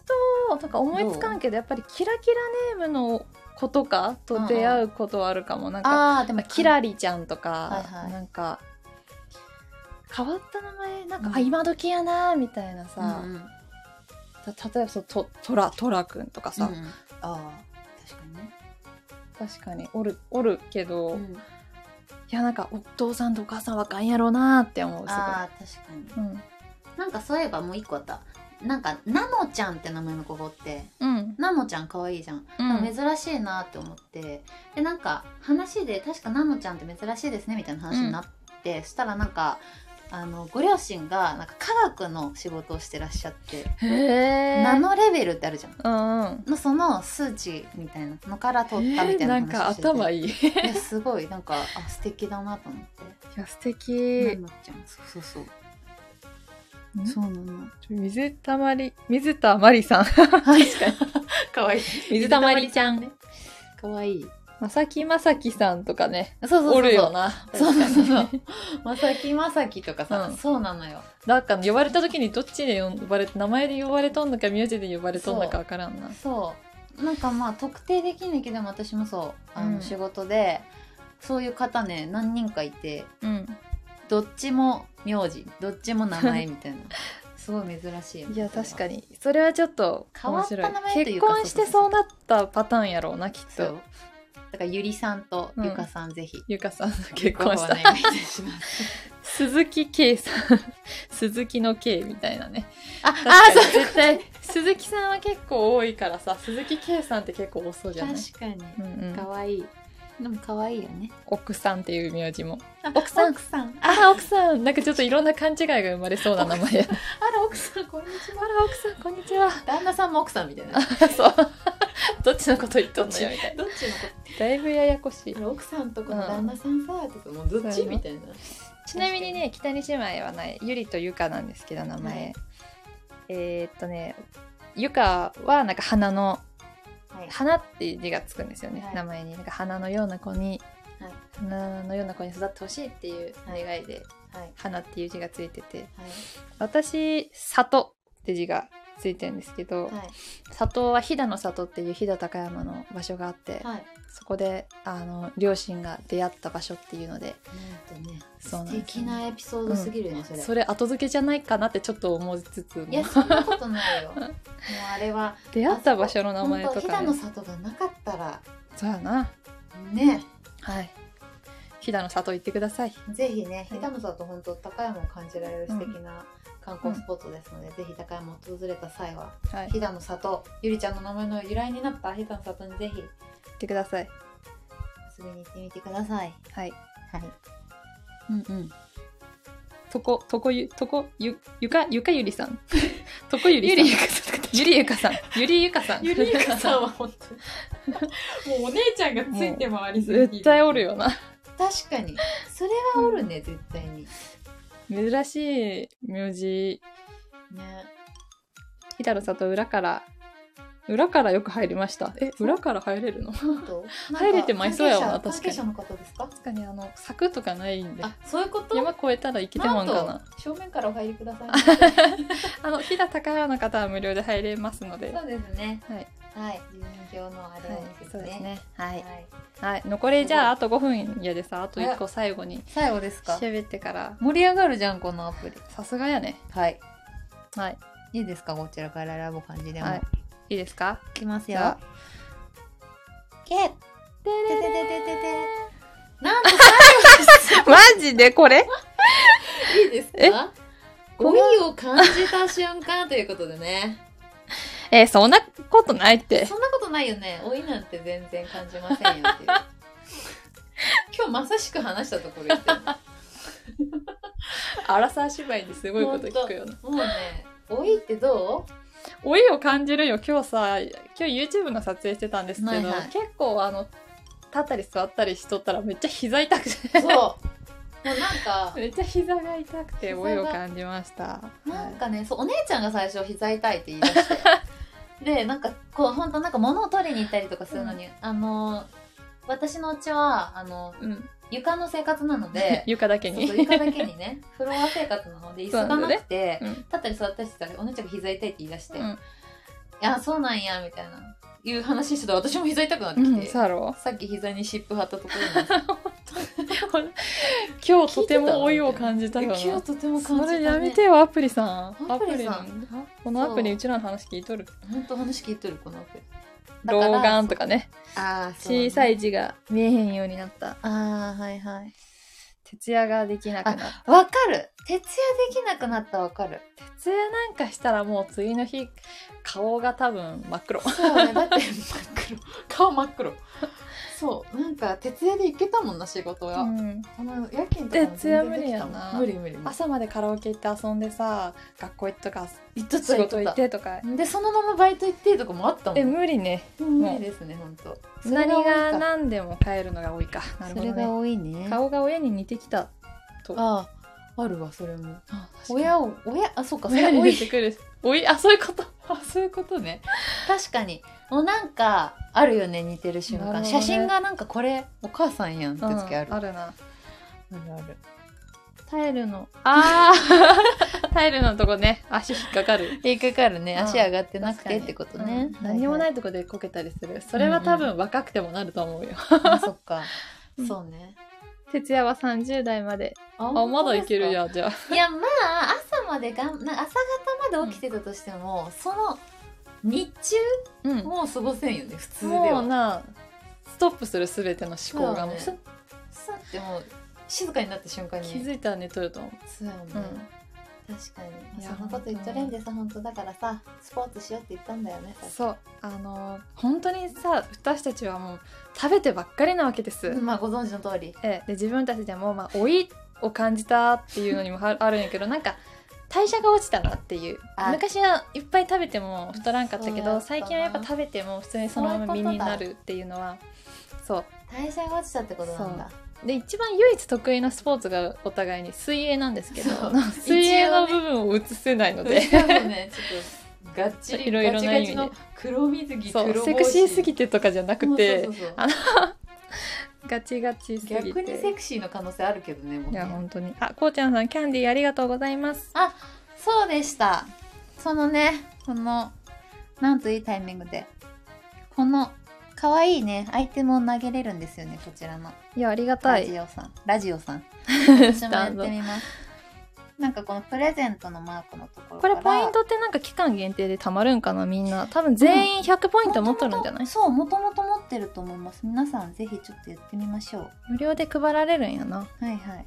Speaker 1: 人とか思いつかんけどやっぱりキラキラネームの子とかと出会うことはあるかも、なんか
Speaker 2: あーでも
Speaker 1: キラリちゃんとか、
Speaker 2: はいはい
Speaker 1: なんか変わった名前なんか、
Speaker 2: うん
Speaker 1: あ今時やなみたいな
Speaker 2: うん
Speaker 1: さ
Speaker 2: う、ん
Speaker 1: た例えばそうとトラトラくんとかさ、
Speaker 2: うんうんあー確かにね、
Speaker 1: 確かにおるおるけど、
Speaker 2: う
Speaker 1: い
Speaker 2: ん、
Speaker 1: やなんかお父さんとお母さんわかんやろうなって思うす
Speaker 2: あー確かに
Speaker 1: ごいうん
Speaker 2: なんかそういえばもう一個あったなんかナノちゃんって名前の子がおって
Speaker 1: うん
Speaker 2: ナノちゃん可愛いじゃん、
Speaker 1: うん
Speaker 2: 珍しいなって思ってでなんか話で確かナノちゃんって珍しいですねみたいな話になって、したらなんかあのご両親がなんか科学の仕事をしてらっしゃって、
Speaker 1: へえ
Speaker 2: ナノレベルってあるじゃん
Speaker 1: うんうん
Speaker 2: のその数値みたいなのから取ったみたいな話してて、
Speaker 1: なんか頭
Speaker 2: い
Speaker 1: いいい
Speaker 2: やすごいなんかあ素敵だなと思って
Speaker 1: や素敵
Speaker 2: ナノちゃんそうそうそう
Speaker 1: うん
Speaker 2: そうなん
Speaker 1: 水たまり水田まり さん
Speaker 2: だ はい可愛い
Speaker 1: 水たまりちゃん
Speaker 2: 可愛い
Speaker 1: まさきまさきさんとかね
Speaker 2: そうそうそうそう
Speaker 1: おるよな
Speaker 2: そうそうそうそ
Speaker 1: 確
Speaker 2: う
Speaker 1: かに
Speaker 2: まさきまさきとかさ、
Speaker 1: うん
Speaker 2: そうなのよ
Speaker 1: なんか呼ばれた時にどっちで呼ばれて名前で呼ばれとんのか名字で呼ばれとんのかわからんな
Speaker 2: そうなんかまあ特定できないけども私もそうあ
Speaker 1: う
Speaker 2: の
Speaker 1: ん
Speaker 2: 仕事で、そういう方ね何人かいて
Speaker 1: うん
Speaker 2: どっちも名字どっちも 名前みたいなすごい珍しいよね
Speaker 1: いや
Speaker 2: それは
Speaker 1: 確かにそれはちょっと面白い
Speaker 2: 変わった名前とい
Speaker 1: 結
Speaker 2: うか
Speaker 1: 婚してそうなったパターンやろうなきっ
Speaker 2: そ
Speaker 1: と
Speaker 2: うだからゆりさんと
Speaker 1: うん
Speaker 2: ゆかさん、ぜひ
Speaker 1: ゆかさん結婚した
Speaker 2: ごごお願いいたし ます
Speaker 1: 鈴木圭さん 鈴木の圭みたいなね
Speaker 2: あ
Speaker 1: 確
Speaker 2: あ
Speaker 1: か
Speaker 2: そう
Speaker 1: に絶対鈴木さんは結構多いからさ鈴木圭さんって結構多そうじゃない
Speaker 2: 確かに
Speaker 1: うんうん、
Speaker 2: 可愛いでも可愛いよね
Speaker 1: 奥さんっていう名字も
Speaker 2: 奥
Speaker 1: さん
Speaker 2: 奥さんあ
Speaker 1: あら奥さんなんかちょっといろんな勘違いが生まれそうな名前 や
Speaker 2: あら奥さんこんにちは
Speaker 1: あら奥さんこんにちは
Speaker 2: 旦那さんも奥さんみた いな
Speaker 1: そうどっちのこと言っとんのよみたい
Speaker 2: どっちのこ
Speaker 1: なだいぶややこしい
Speaker 2: あれ奥さんとこの旦那さんさ、って言うともうどっち
Speaker 1: そうやな
Speaker 2: みたいな
Speaker 1: ちなみにね北に姉妹はないゆりとゆかなんですけど名前、
Speaker 2: はい
Speaker 1: えーっとねゆかはなんか花の
Speaker 2: はい
Speaker 1: 花っていう字がつくんですよね、
Speaker 2: はい
Speaker 1: 名前になんか花のような子に、
Speaker 2: はい
Speaker 1: 花のような子に育ってほしいっていう願いで、
Speaker 2: はい
Speaker 1: 花っていう字がついてて
Speaker 2: は
Speaker 1: 私里って字がついてるんですけど、
Speaker 2: いはい
Speaker 1: 里は飛騨の里っていう飛騨高山の場所があって、
Speaker 2: はい
Speaker 1: そこであの両親が出会った場所っていうので
Speaker 2: なんとね
Speaker 1: そう
Speaker 2: 素
Speaker 1: なんです
Speaker 2: 敵
Speaker 1: よね
Speaker 2: なエピソードすぎるよね、それ
Speaker 1: それ後付けじゃないかなってちょっと思いつつも
Speaker 2: いやそんなことない よもうあれは
Speaker 1: 出会った場所の名前
Speaker 2: ほ
Speaker 1: と
Speaker 2: ん飛騨
Speaker 1: か、
Speaker 2: の
Speaker 1: ね、
Speaker 2: 里がなかったら
Speaker 1: そうやな
Speaker 2: ね
Speaker 1: はい飛騨の里行ってください
Speaker 2: ぜひね
Speaker 1: は
Speaker 2: 飛
Speaker 1: い
Speaker 2: 騨の里本当高山を感じられる素敵な観光スポットですので、ぜひ高山を訪れた際は
Speaker 1: はい
Speaker 2: 飛騨の里ゆりちゃんの名前の由来になった飛騨の里にぜひ
Speaker 1: 行ってください
Speaker 2: 遊びに行ってみてください
Speaker 1: はい
Speaker 2: はいうんうん
Speaker 1: とことこゆとこゆゆかゆかゆりさん とこゆりさん
Speaker 2: ゆりゆ
Speaker 1: かさんゆりゆかさんゆりゆかさん
Speaker 2: ゆりゆかさんは本当にもうお姉ちゃんがついて回りすぎる
Speaker 1: 絶対おるよな
Speaker 2: 確かにそれはおるね絶対に
Speaker 1: 珍しい名字
Speaker 2: ね
Speaker 1: 飛騨の里裏から裏からよく入りましたえ裏から入れるの
Speaker 2: ちょっと
Speaker 1: 入れてまいそうやわな
Speaker 2: 関係者関係者の方ですか
Speaker 1: 確かにあの柵とかないんで
Speaker 2: あそういうこと
Speaker 1: 山越えたら行けてもんかな
Speaker 2: 正面からお入りください
Speaker 1: あの飛騨高山の方は無料で入れますので
Speaker 2: そうですね
Speaker 1: はい、
Speaker 2: はい住民票のあれです
Speaker 1: そうです
Speaker 2: ね
Speaker 1: ねは、
Speaker 2: はい
Speaker 1: はい、残りじゃああと5分やでさあと1個最後に
Speaker 2: 最後ですか
Speaker 1: 喋ってから
Speaker 2: 盛り上がるじゃんこのアプリ
Speaker 1: さすがやね
Speaker 2: はい
Speaker 1: はい
Speaker 2: いいですかこちらから選ぶ感じでも、
Speaker 1: はいいいですか
Speaker 3: いきます
Speaker 1: じゃ
Speaker 3: よ
Speaker 1: あ。
Speaker 3: けてててててて。なんと
Speaker 1: マジでこれ
Speaker 2: いいです
Speaker 1: え
Speaker 2: かゴミを感じた瞬間ということでね。
Speaker 1: えーそんなことないって。
Speaker 2: そんなことないよね。老いなんて全然感じませんよっていう。今日まさしく話したところ言ってる
Speaker 1: アラサー芝居にすごいこと聞くよな。
Speaker 2: もうね、老いってどう
Speaker 1: 老いを感じるよ。今日さ、今日 YouTube の撮影してたんですけど、
Speaker 2: はいはい
Speaker 1: 結構あの、立ったり座ったりしとったらめっちゃ膝痛くて。
Speaker 2: そう。もうなんか、
Speaker 1: めっちゃ膝が痛くて
Speaker 2: 膝が
Speaker 1: 老いを感じました。
Speaker 2: なんかね、そう、お姉ちゃんが最初膝痛いって言い出して。で、なんか、こう、本当なんか物を取りに行ったりとかするのに、あの、私のうちは、あの、
Speaker 1: うん、、
Speaker 2: 床の生活なので
Speaker 1: 床だけ
Speaker 2: そう
Speaker 1: に。
Speaker 2: そう床だけにね、 フロア生活なので、椅子
Speaker 1: そ
Speaker 2: がなくて、
Speaker 1: うなんだよねうん
Speaker 2: 立ったり座ったりしてたら、お姉ちゃんが膝痛いって言い出して、
Speaker 1: うん
Speaker 2: いやそうなんやみたいないう話してたら私も膝痛くなって
Speaker 1: う
Speaker 2: き
Speaker 1: ん、
Speaker 2: て、
Speaker 1: そうやろ
Speaker 2: さっき膝に湿布貼ったところなん です
Speaker 1: 今日とても老いを感じたよな。
Speaker 2: けど今日とても感じ
Speaker 1: そ
Speaker 2: た、ね、
Speaker 1: れやめてよ、アプリさん。
Speaker 2: アプリさん
Speaker 1: のこのアプリ、
Speaker 2: そう
Speaker 1: うちらの話聞いとる。
Speaker 2: 本当話聞いとるこのアプリだ
Speaker 1: 老
Speaker 2: から
Speaker 1: 眼とかね。
Speaker 2: あーそう
Speaker 1: 小さい字が見えへんようになった。
Speaker 2: あーはいはい
Speaker 1: 徹夜ができなくなった。
Speaker 2: わかる徹夜できなくなったわかる
Speaker 1: 徹夜なんかしたらもう次の日、顔が多分真っ黒。
Speaker 2: そうねだって真っ黒 顔真っ黒そうなんか徹夜で行けたもんな仕事が、
Speaker 1: うん
Speaker 2: あの夜勤とかも
Speaker 1: 徹夜
Speaker 2: 全然できたもん
Speaker 1: 無理やな
Speaker 2: 無理無理無理
Speaker 1: 朝までカラオケ行って遊んでさ、学校行ったか、
Speaker 2: 行っとった
Speaker 1: 仕
Speaker 2: 行っ
Speaker 1: 事
Speaker 2: とっ
Speaker 1: 行ったてとか。
Speaker 2: でそのままバイト行ってとかもあったもん
Speaker 1: え、無理ね。
Speaker 2: 無理ですね本当
Speaker 1: 何が何でも変えるのが多いか。なる
Speaker 2: そ
Speaker 1: ほ
Speaker 2: れ
Speaker 1: ど
Speaker 2: が
Speaker 1: ね。
Speaker 2: 多いね
Speaker 1: 顔が親に似てきた。
Speaker 2: あああるわそれも
Speaker 1: あ確かに
Speaker 2: 親を親あそうかそれ
Speaker 1: 親に
Speaker 2: 多
Speaker 1: 出
Speaker 2: い
Speaker 1: てくる。おい、あ、そういうこと。 あ、そういうことね。
Speaker 2: 確かにもうなんかあるよね似てる瞬
Speaker 1: なる
Speaker 2: 間、
Speaker 1: ほどね
Speaker 2: 写真がなんかこれお母さんやんって時ある、
Speaker 1: うんあるな。
Speaker 2: あるある
Speaker 1: タイルの。ああ タイルのとこね、足引っかか る。
Speaker 2: 引っかかる
Speaker 1: う
Speaker 2: ね
Speaker 1: ん
Speaker 2: 足上がってなくてってことね、
Speaker 1: うん何もないいとこでこけたりする。それは多分若くてもなると思うよ。
Speaker 2: あそっか
Speaker 1: うん
Speaker 2: そうね
Speaker 1: 徹夜は30代まで。
Speaker 2: あ
Speaker 1: あ、まだいける
Speaker 2: ん
Speaker 1: や、じゃあ。
Speaker 2: いやまあ朝までがんな朝方まで起きてたとしても、その日
Speaker 1: う
Speaker 2: 中もう過ごせんよね普通では
Speaker 1: もうな、ストップするすべての思考がもう、
Speaker 2: そうさってもう静かになった瞬間に
Speaker 1: 気づいたら寝とると思う。
Speaker 2: そうやもんね、確かに
Speaker 1: いや
Speaker 2: そんなこと言っとれんでさ本当だからさスポーツしようって言ったんだよねさっき
Speaker 1: そうあの本当にさ私たちはもう食べてばっかりなわけです、
Speaker 2: まあご存知の通り
Speaker 1: ええで自分たちでも、まあ、老いを感じたっていうのにも ああるんやけどなんか代謝が落ちたなっていう
Speaker 2: あ
Speaker 1: 昔はいっぱい食べても太らんかったけ
Speaker 2: そうや
Speaker 1: ど
Speaker 2: ったな
Speaker 1: 最近はやっぱ食べても普通にそのまま身になるっていうのはそう
Speaker 2: 代謝が落ちたってことなんだ
Speaker 1: で一番唯一得意なスポーツがお互いに水泳なんですけど
Speaker 2: そう
Speaker 1: 水泳の部分を映せないので
Speaker 2: し。かもね ちょっとがっちり
Speaker 1: いろいろ
Speaker 2: ガチ
Speaker 1: な意
Speaker 2: ガ
Speaker 1: 味
Speaker 2: チ
Speaker 1: で
Speaker 2: の黒水着
Speaker 1: そ
Speaker 2: 黒
Speaker 1: う
Speaker 2: 帽子
Speaker 1: セクシーすぎてとかじゃなくて
Speaker 2: そうそうそう
Speaker 1: あガチガチすぎて
Speaker 2: 逆にセクシーの可能性あるけどねもう
Speaker 1: い
Speaker 2: ね
Speaker 1: や本当にあこうちゃんさんキャンディーありがとうございます
Speaker 2: そうでしたそのねこのなんといいタイミングでこの可愛いねアイテムを投げれるんですよねこちらの
Speaker 1: いやありがた
Speaker 2: ラ
Speaker 1: い
Speaker 2: ジオさん、ラジオ さん私もやってみますなんかこのプレゼントのマークのところ
Speaker 1: こ
Speaker 2: から
Speaker 1: れポイントってなんか期間限定でたまるんかなみんな多分全員100ポイント持っとるんじゃない、
Speaker 2: そうもともと持ってると思います皆さんぜひちょっとやってみましょう
Speaker 1: 無料で配られるんやな
Speaker 2: はいはい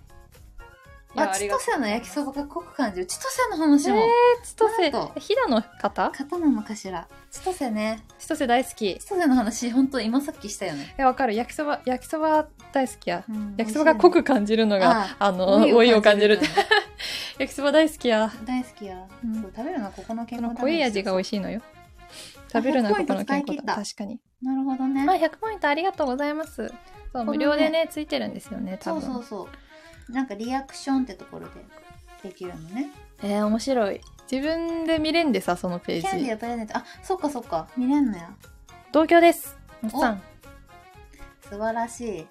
Speaker 1: いや
Speaker 2: あ千歳の焼きそばが濃く感じる千歳の
Speaker 1: え
Speaker 2: 話
Speaker 1: ー
Speaker 2: も、、
Speaker 1: 千歳
Speaker 2: なんと
Speaker 1: 飛騨の方
Speaker 2: 方なのかしら千歳ね
Speaker 1: 千歳大好き
Speaker 2: 千歳の話本当今さっきしたよね、
Speaker 1: えわかる焼きそば焼きそば大好きや
Speaker 2: うん
Speaker 1: 焼きそばが濃く感じるのが
Speaker 2: あ
Speaker 1: あの老いを感じるって
Speaker 2: 老いを感
Speaker 1: 焼きそば大好きや
Speaker 2: じる大好きや、
Speaker 1: うん
Speaker 2: そう食べるのはここの
Speaker 1: こ
Speaker 2: 健
Speaker 1: の
Speaker 2: 康
Speaker 1: 濃い味が美味しいのよ食べるのはここの健康だ
Speaker 2: 100ポイント使い切った
Speaker 1: 確かに
Speaker 2: なるほどね
Speaker 1: まあ100ポイントありがとうございます。そう
Speaker 2: このね
Speaker 1: 無料でねついてるんですよね多
Speaker 2: そう
Speaker 1: 分。
Speaker 2: そうそうなんかリアクションってところでできるのね
Speaker 1: えー面白い。自分で見れんでさそのペ
Speaker 2: キャン
Speaker 1: ー
Speaker 2: ディー
Speaker 1: ジ。
Speaker 2: やプレゼントあそっかそっか見れんのや
Speaker 1: 東京です。おっさん。
Speaker 2: 素晴らしいじ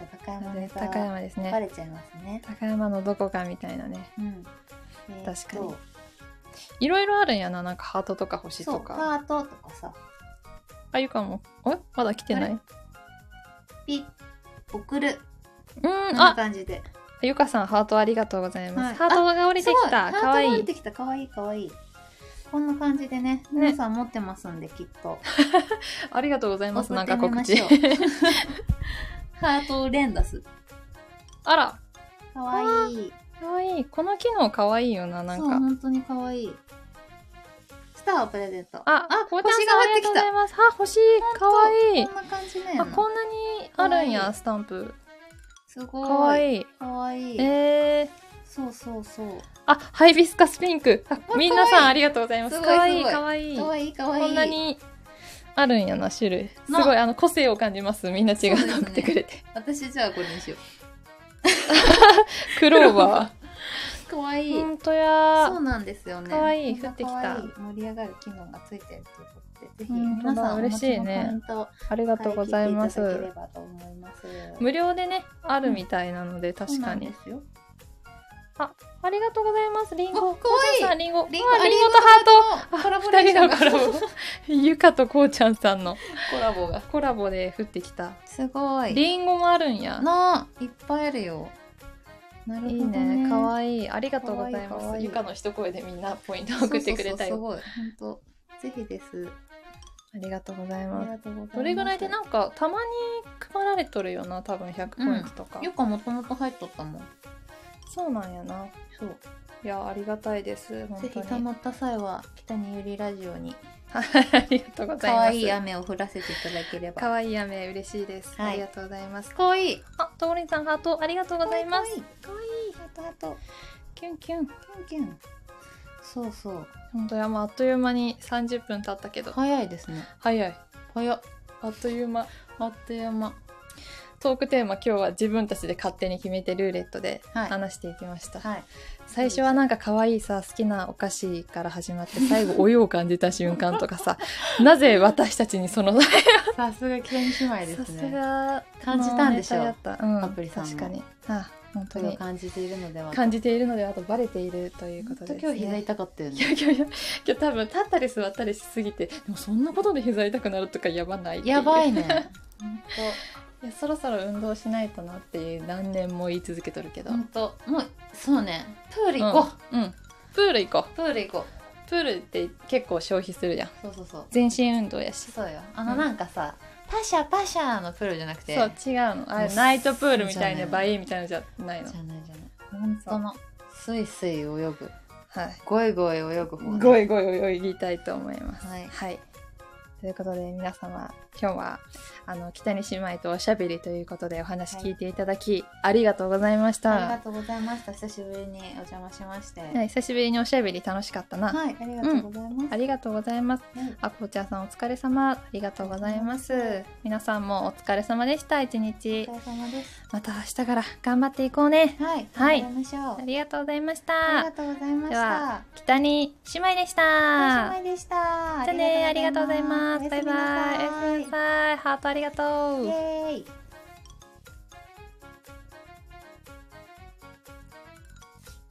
Speaker 2: ゃあ高山ネタ
Speaker 1: 高
Speaker 2: は
Speaker 1: 山です
Speaker 2: バ
Speaker 1: ね。
Speaker 2: レちゃいますね
Speaker 1: 高山のどこかみたいなね。
Speaker 2: うん、えーっと
Speaker 1: 確かにいろいろあるんやななんかハートとか星
Speaker 2: そ
Speaker 1: と
Speaker 2: うパ
Speaker 1: か。
Speaker 2: ートとかさ
Speaker 1: あゆかも。えまだ来てない。
Speaker 2: ピッ送る
Speaker 1: う
Speaker 2: こ
Speaker 1: ー
Speaker 2: ん
Speaker 1: ん
Speaker 2: な
Speaker 1: あ
Speaker 2: 感じで
Speaker 1: ゆかさんハートありがとうございます。
Speaker 2: は
Speaker 1: ハ
Speaker 2: い
Speaker 1: ートが降りてき
Speaker 2: あ
Speaker 1: た
Speaker 2: すご
Speaker 1: 可愛
Speaker 2: ハートが降
Speaker 1: い
Speaker 2: り
Speaker 1: い。
Speaker 2: てきたかわいいかわいいこんな感じでね、皆さん持ってますんで、きっと。
Speaker 1: ありがとうございます。
Speaker 2: 送
Speaker 1: な
Speaker 2: っ
Speaker 1: ん
Speaker 2: て
Speaker 1: か
Speaker 2: み
Speaker 1: 告
Speaker 2: ま
Speaker 1: 知
Speaker 2: しょう。。ハート連打す。
Speaker 1: あら、
Speaker 2: かわいい。
Speaker 1: かわいい。この機能かわいいよな、なん
Speaker 2: そう、
Speaker 1: か。
Speaker 2: 本当にかわいい。スターをプレゼント。
Speaker 1: あ、
Speaker 2: あ、
Speaker 1: こう
Speaker 2: 星が
Speaker 1: ちゃんさんあり
Speaker 2: 入
Speaker 1: が
Speaker 2: って
Speaker 1: とうご
Speaker 2: き
Speaker 1: ざい
Speaker 2: た。
Speaker 1: ます。あ、星、かわいい
Speaker 2: こん。な感じね。
Speaker 1: あ、こんなにあるん
Speaker 2: かわい
Speaker 1: や、
Speaker 2: い
Speaker 1: スタンプ。
Speaker 2: すごい。
Speaker 1: かわ
Speaker 2: い。
Speaker 1: いい。
Speaker 2: かわいい。
Speaker 1: えー。
Speaker 2: そうそうそう。
Speaker 1: あ、ハイビスカスピンク。あ
Speaker 2: わ
Speaker 1: みんな
Speaker 2: かわ
Speaker 1: さ
Speaker 2: い
Speaker 1: ん
Speaker 2: い
Speaker 1: ありがとうございます。
Speaker 2: す
Speaker 1: か
Speaker 2: ごい
Speaker 1: わいい、
Speaker 2: すごい
Speaker 1: かわいい。
Speaker 2: かわいい、かわいい。
Speaker 1: こんなにあるんやな、種類。す
Speaker 2: な
Speaker 1: ごい、あの、個性を感じます。みんな違う
Speaker 2: そ
Speaker 1: の
Speaker 2: うですね
Speaker 1: 送ってくれて。
Speaker 2: 私じゃあこれにしよ
Speaker 1: クローバ
Speaker 2: う。かわい
Speaker 1: ー。
Speaker 2: い
Speaker 1: ほ。んとや
Speaker 2: そう
Speaker 1: ー。
Speaker 2: なんですよね。
Speaker 1: かわいい
Speaker 2: ほんと
Speaker 1: 降ってきた
Speaker 2: かわいい盛り上がる機能がついてるということで、ぜひ
Speaker 1: うん
Speaker 2: 皆さん、
Speaker 1: 嬉しいね
Speaker 2: お持ちのポイントを
Speaker 1: ありがとうございま
Speaker 2: 使い切って
Speaker 1: す
Speaker 2: い。ただければと思います。
Speaker 1: 無料でね、あるみたいなので、確か
Speaker 2: そうなん
Speaker 1: に。
Speaker 2: ですよ。
Speaker 1: ありがとうございます。リンゴ。
Speaker 2: あかわいい
Speaker 1: こうちゃんさんリンゴ。あリン
Speaker 2: リン
Speaker 1: ゴ
Speaker 2: ゴ
Speaker 1: と
Speaker 2: あリンゴと
Speaker 1: ハート。
Speaker 2: コラボ
Speaker 1: 二
Speaker 2: レーシ
Speaker 1: 人
Speaker 2: ョン
Speaker 1: の
Speaker 2: が
Speaker 1: コラボ。 ゆかとこうちゃんさんの
Speaker 2: コラボが。
Speaker 1: コラボで降ってきた。
Speaker 2: すごい。
Speaker 1: リンゴもあるんや。
Speaker 2: ないっぱいあるよ。なるほ
Speaker 1: い
Speaker 2: ど
Speaker 1: いね。かわいい。ありがとうござい
Speaker 2: かわいいか
Speaker 1: ま
Speaker 2: わ
Speaker 1: す。
Speaker 2: いい
Speaker 1: ゆかの一声でみんなポイント送ってくれたよ。
Speaker 2: そうそうそうすごい。本当。ぜひです。
Speaker 1: ありがとうござい
Speaker 2: あ
Speaker 1: ま
Speaker 2: り
Speaker 1: す。
Speaker 2: がとうございます。
Speaker 1: どれぐらいでなんかたまに配られとるよな多分100ポイントとか、
Speaker 2: よくもともと入っとったもん。
Speaker 1: そうなんやな
Speaker 2: そう。
Speaker 1: いやありがたいです本当
Speaker 2: ぜ
Speaker 1: に
Speaker 2: ひたまった際は北にゆりラジオに
Speaker 1: ありがとうございます
Speaker 2: 可愛い雨を降らせていただければ。
Speaker 1: 可愛い雨嬉しいです、
Speaker 2: はい
Speaker 1: ありがとうございます
Speaker 2: 可愛いい。
Speaker 1: あともりんさんハートありがとうございます
Speaker 2: 可愛い。あとあと
Speaker 1: キュンキュン
Speaker 2: キュンキュン。そうそう。
Speaker 1: 本当やまああっという間に30分経ったけど
Speaker 2: 早いですね。
Speaker 1: 早い
Speaker 2: 早っ。
Speaker 1: あっという間
Speaker 2: あっという間。
Speaker 1: トークテーマ今日は自分たちで勝手に決めてルーレットで
Speaker 2: はい
Speaker 1: 話していきました、
Speaker 2: はい。
Speaker 1: 最初はなんか可愛いさ好きなお菓子から始まって最後お湯を感じた瞬間とか さなぜ私たちにその
Speaker 2: さすが県姉妹
Speaker 1: さす。が
Speaker 2: 感じたんでしょう
Speaker 1: あのネタやったうん、
Speaker 2: アプリさんも
Speaker 1: 確かにあ本当
Speaker 2: それを
Speaker 1: に
Speaker 2: 感じているのでは。
Speaker 1: 感じているのであとバレているというこ
Speaker 2: 本
Speaker 1: と
Speaker 2: 当
Speaker 1: です、ね、
Speaker 2: 今日膝痛かったよ
Speaker 1: い
Speaker 2: ね。
Speaker 1: やいやいや今日多分立ったり座ったりしすぎてでもそんなことで膝痛くなるとかやばないってう
Speaker 2: やばい ね。本
Speaker 1: いやそろそろ運動しないとなっていう何年も言い続けとるけ
Speaker 2: 当。
Speaker 1: ど、
Speaker 2: 本当。もうそうね。プール行こう。
Speaker 1: うん、うんプール行こ
Speaker 2: プール行こう。
Speaker 1: うプールって結構消費するやん
Speaker 2: そうそうそう。
Speaker 1: 全身運動やし
Speaker 2: そうよ。あの
Speaker 1: うん
Speaker 2: なんかさ、パシャパシャのプールじゃなくて。
Speaker 1: そう違うのあれ
Speaker 2: もう
Speaker 1: ナイトプールみたいな
Speaker 2: じゃない
Speaker 1: バイみたいなのじゃないの
Speaker 2: じゃないじゃない。
Speaker 1: 本
Speaker 2: そのスイスイ泳ぐ。
Speaker 1: はい
Speaker 2: ゴイゴイ泳ぐ方ね。
Speaker 1: ごいごい泳ぎたいと思います。
Speaker 2: はい
Speaker 1: ということで皆様今日はあの北に姉妹とおしゃべりということでお話聞いていただき、ありがとうございました。
Speaker 2: ありがとうございました。久しぶりにお邪魔しまして。
Speaker 1: はい、久しぶりにおしゃべり楽しかったな。
Speaker 2: はい、ありがとうございます。
Speaker 1: ありがとうございます。
Speaker 2: はい
Speaker 1: あこうちゃんさんお疲れ様。ありがとうございま
Speaker 2: ありがとうござ
Speaker 1: す。皆さんもお疲れ様でした。一
Speaker 2: お
Speaker 1: 日。
Speaker 2: 疲れ様です。
Speaker 1: また明日から頑張っていこうね。
Speaker 2: はい、
Speaker 1: はい
Speaker 2: 頑張りましょう。
Speaker 1: ありがとうございまし
Speaker 2: ありが
Speaker 1: た。
Speaker 2: とうございまし
Speaker 1: では
Speaker 2: た。
Speaker 1: 北に姉妹でした
Speaker 2: お。しまいでした。
Speaker 1: じゃあね、ありがとうございます。バイバイ。おやすみな
Speaker 2: おやすみなさ
Speaker 1: さい。ハートありがとう。
Speaker 2: い。イエーイ。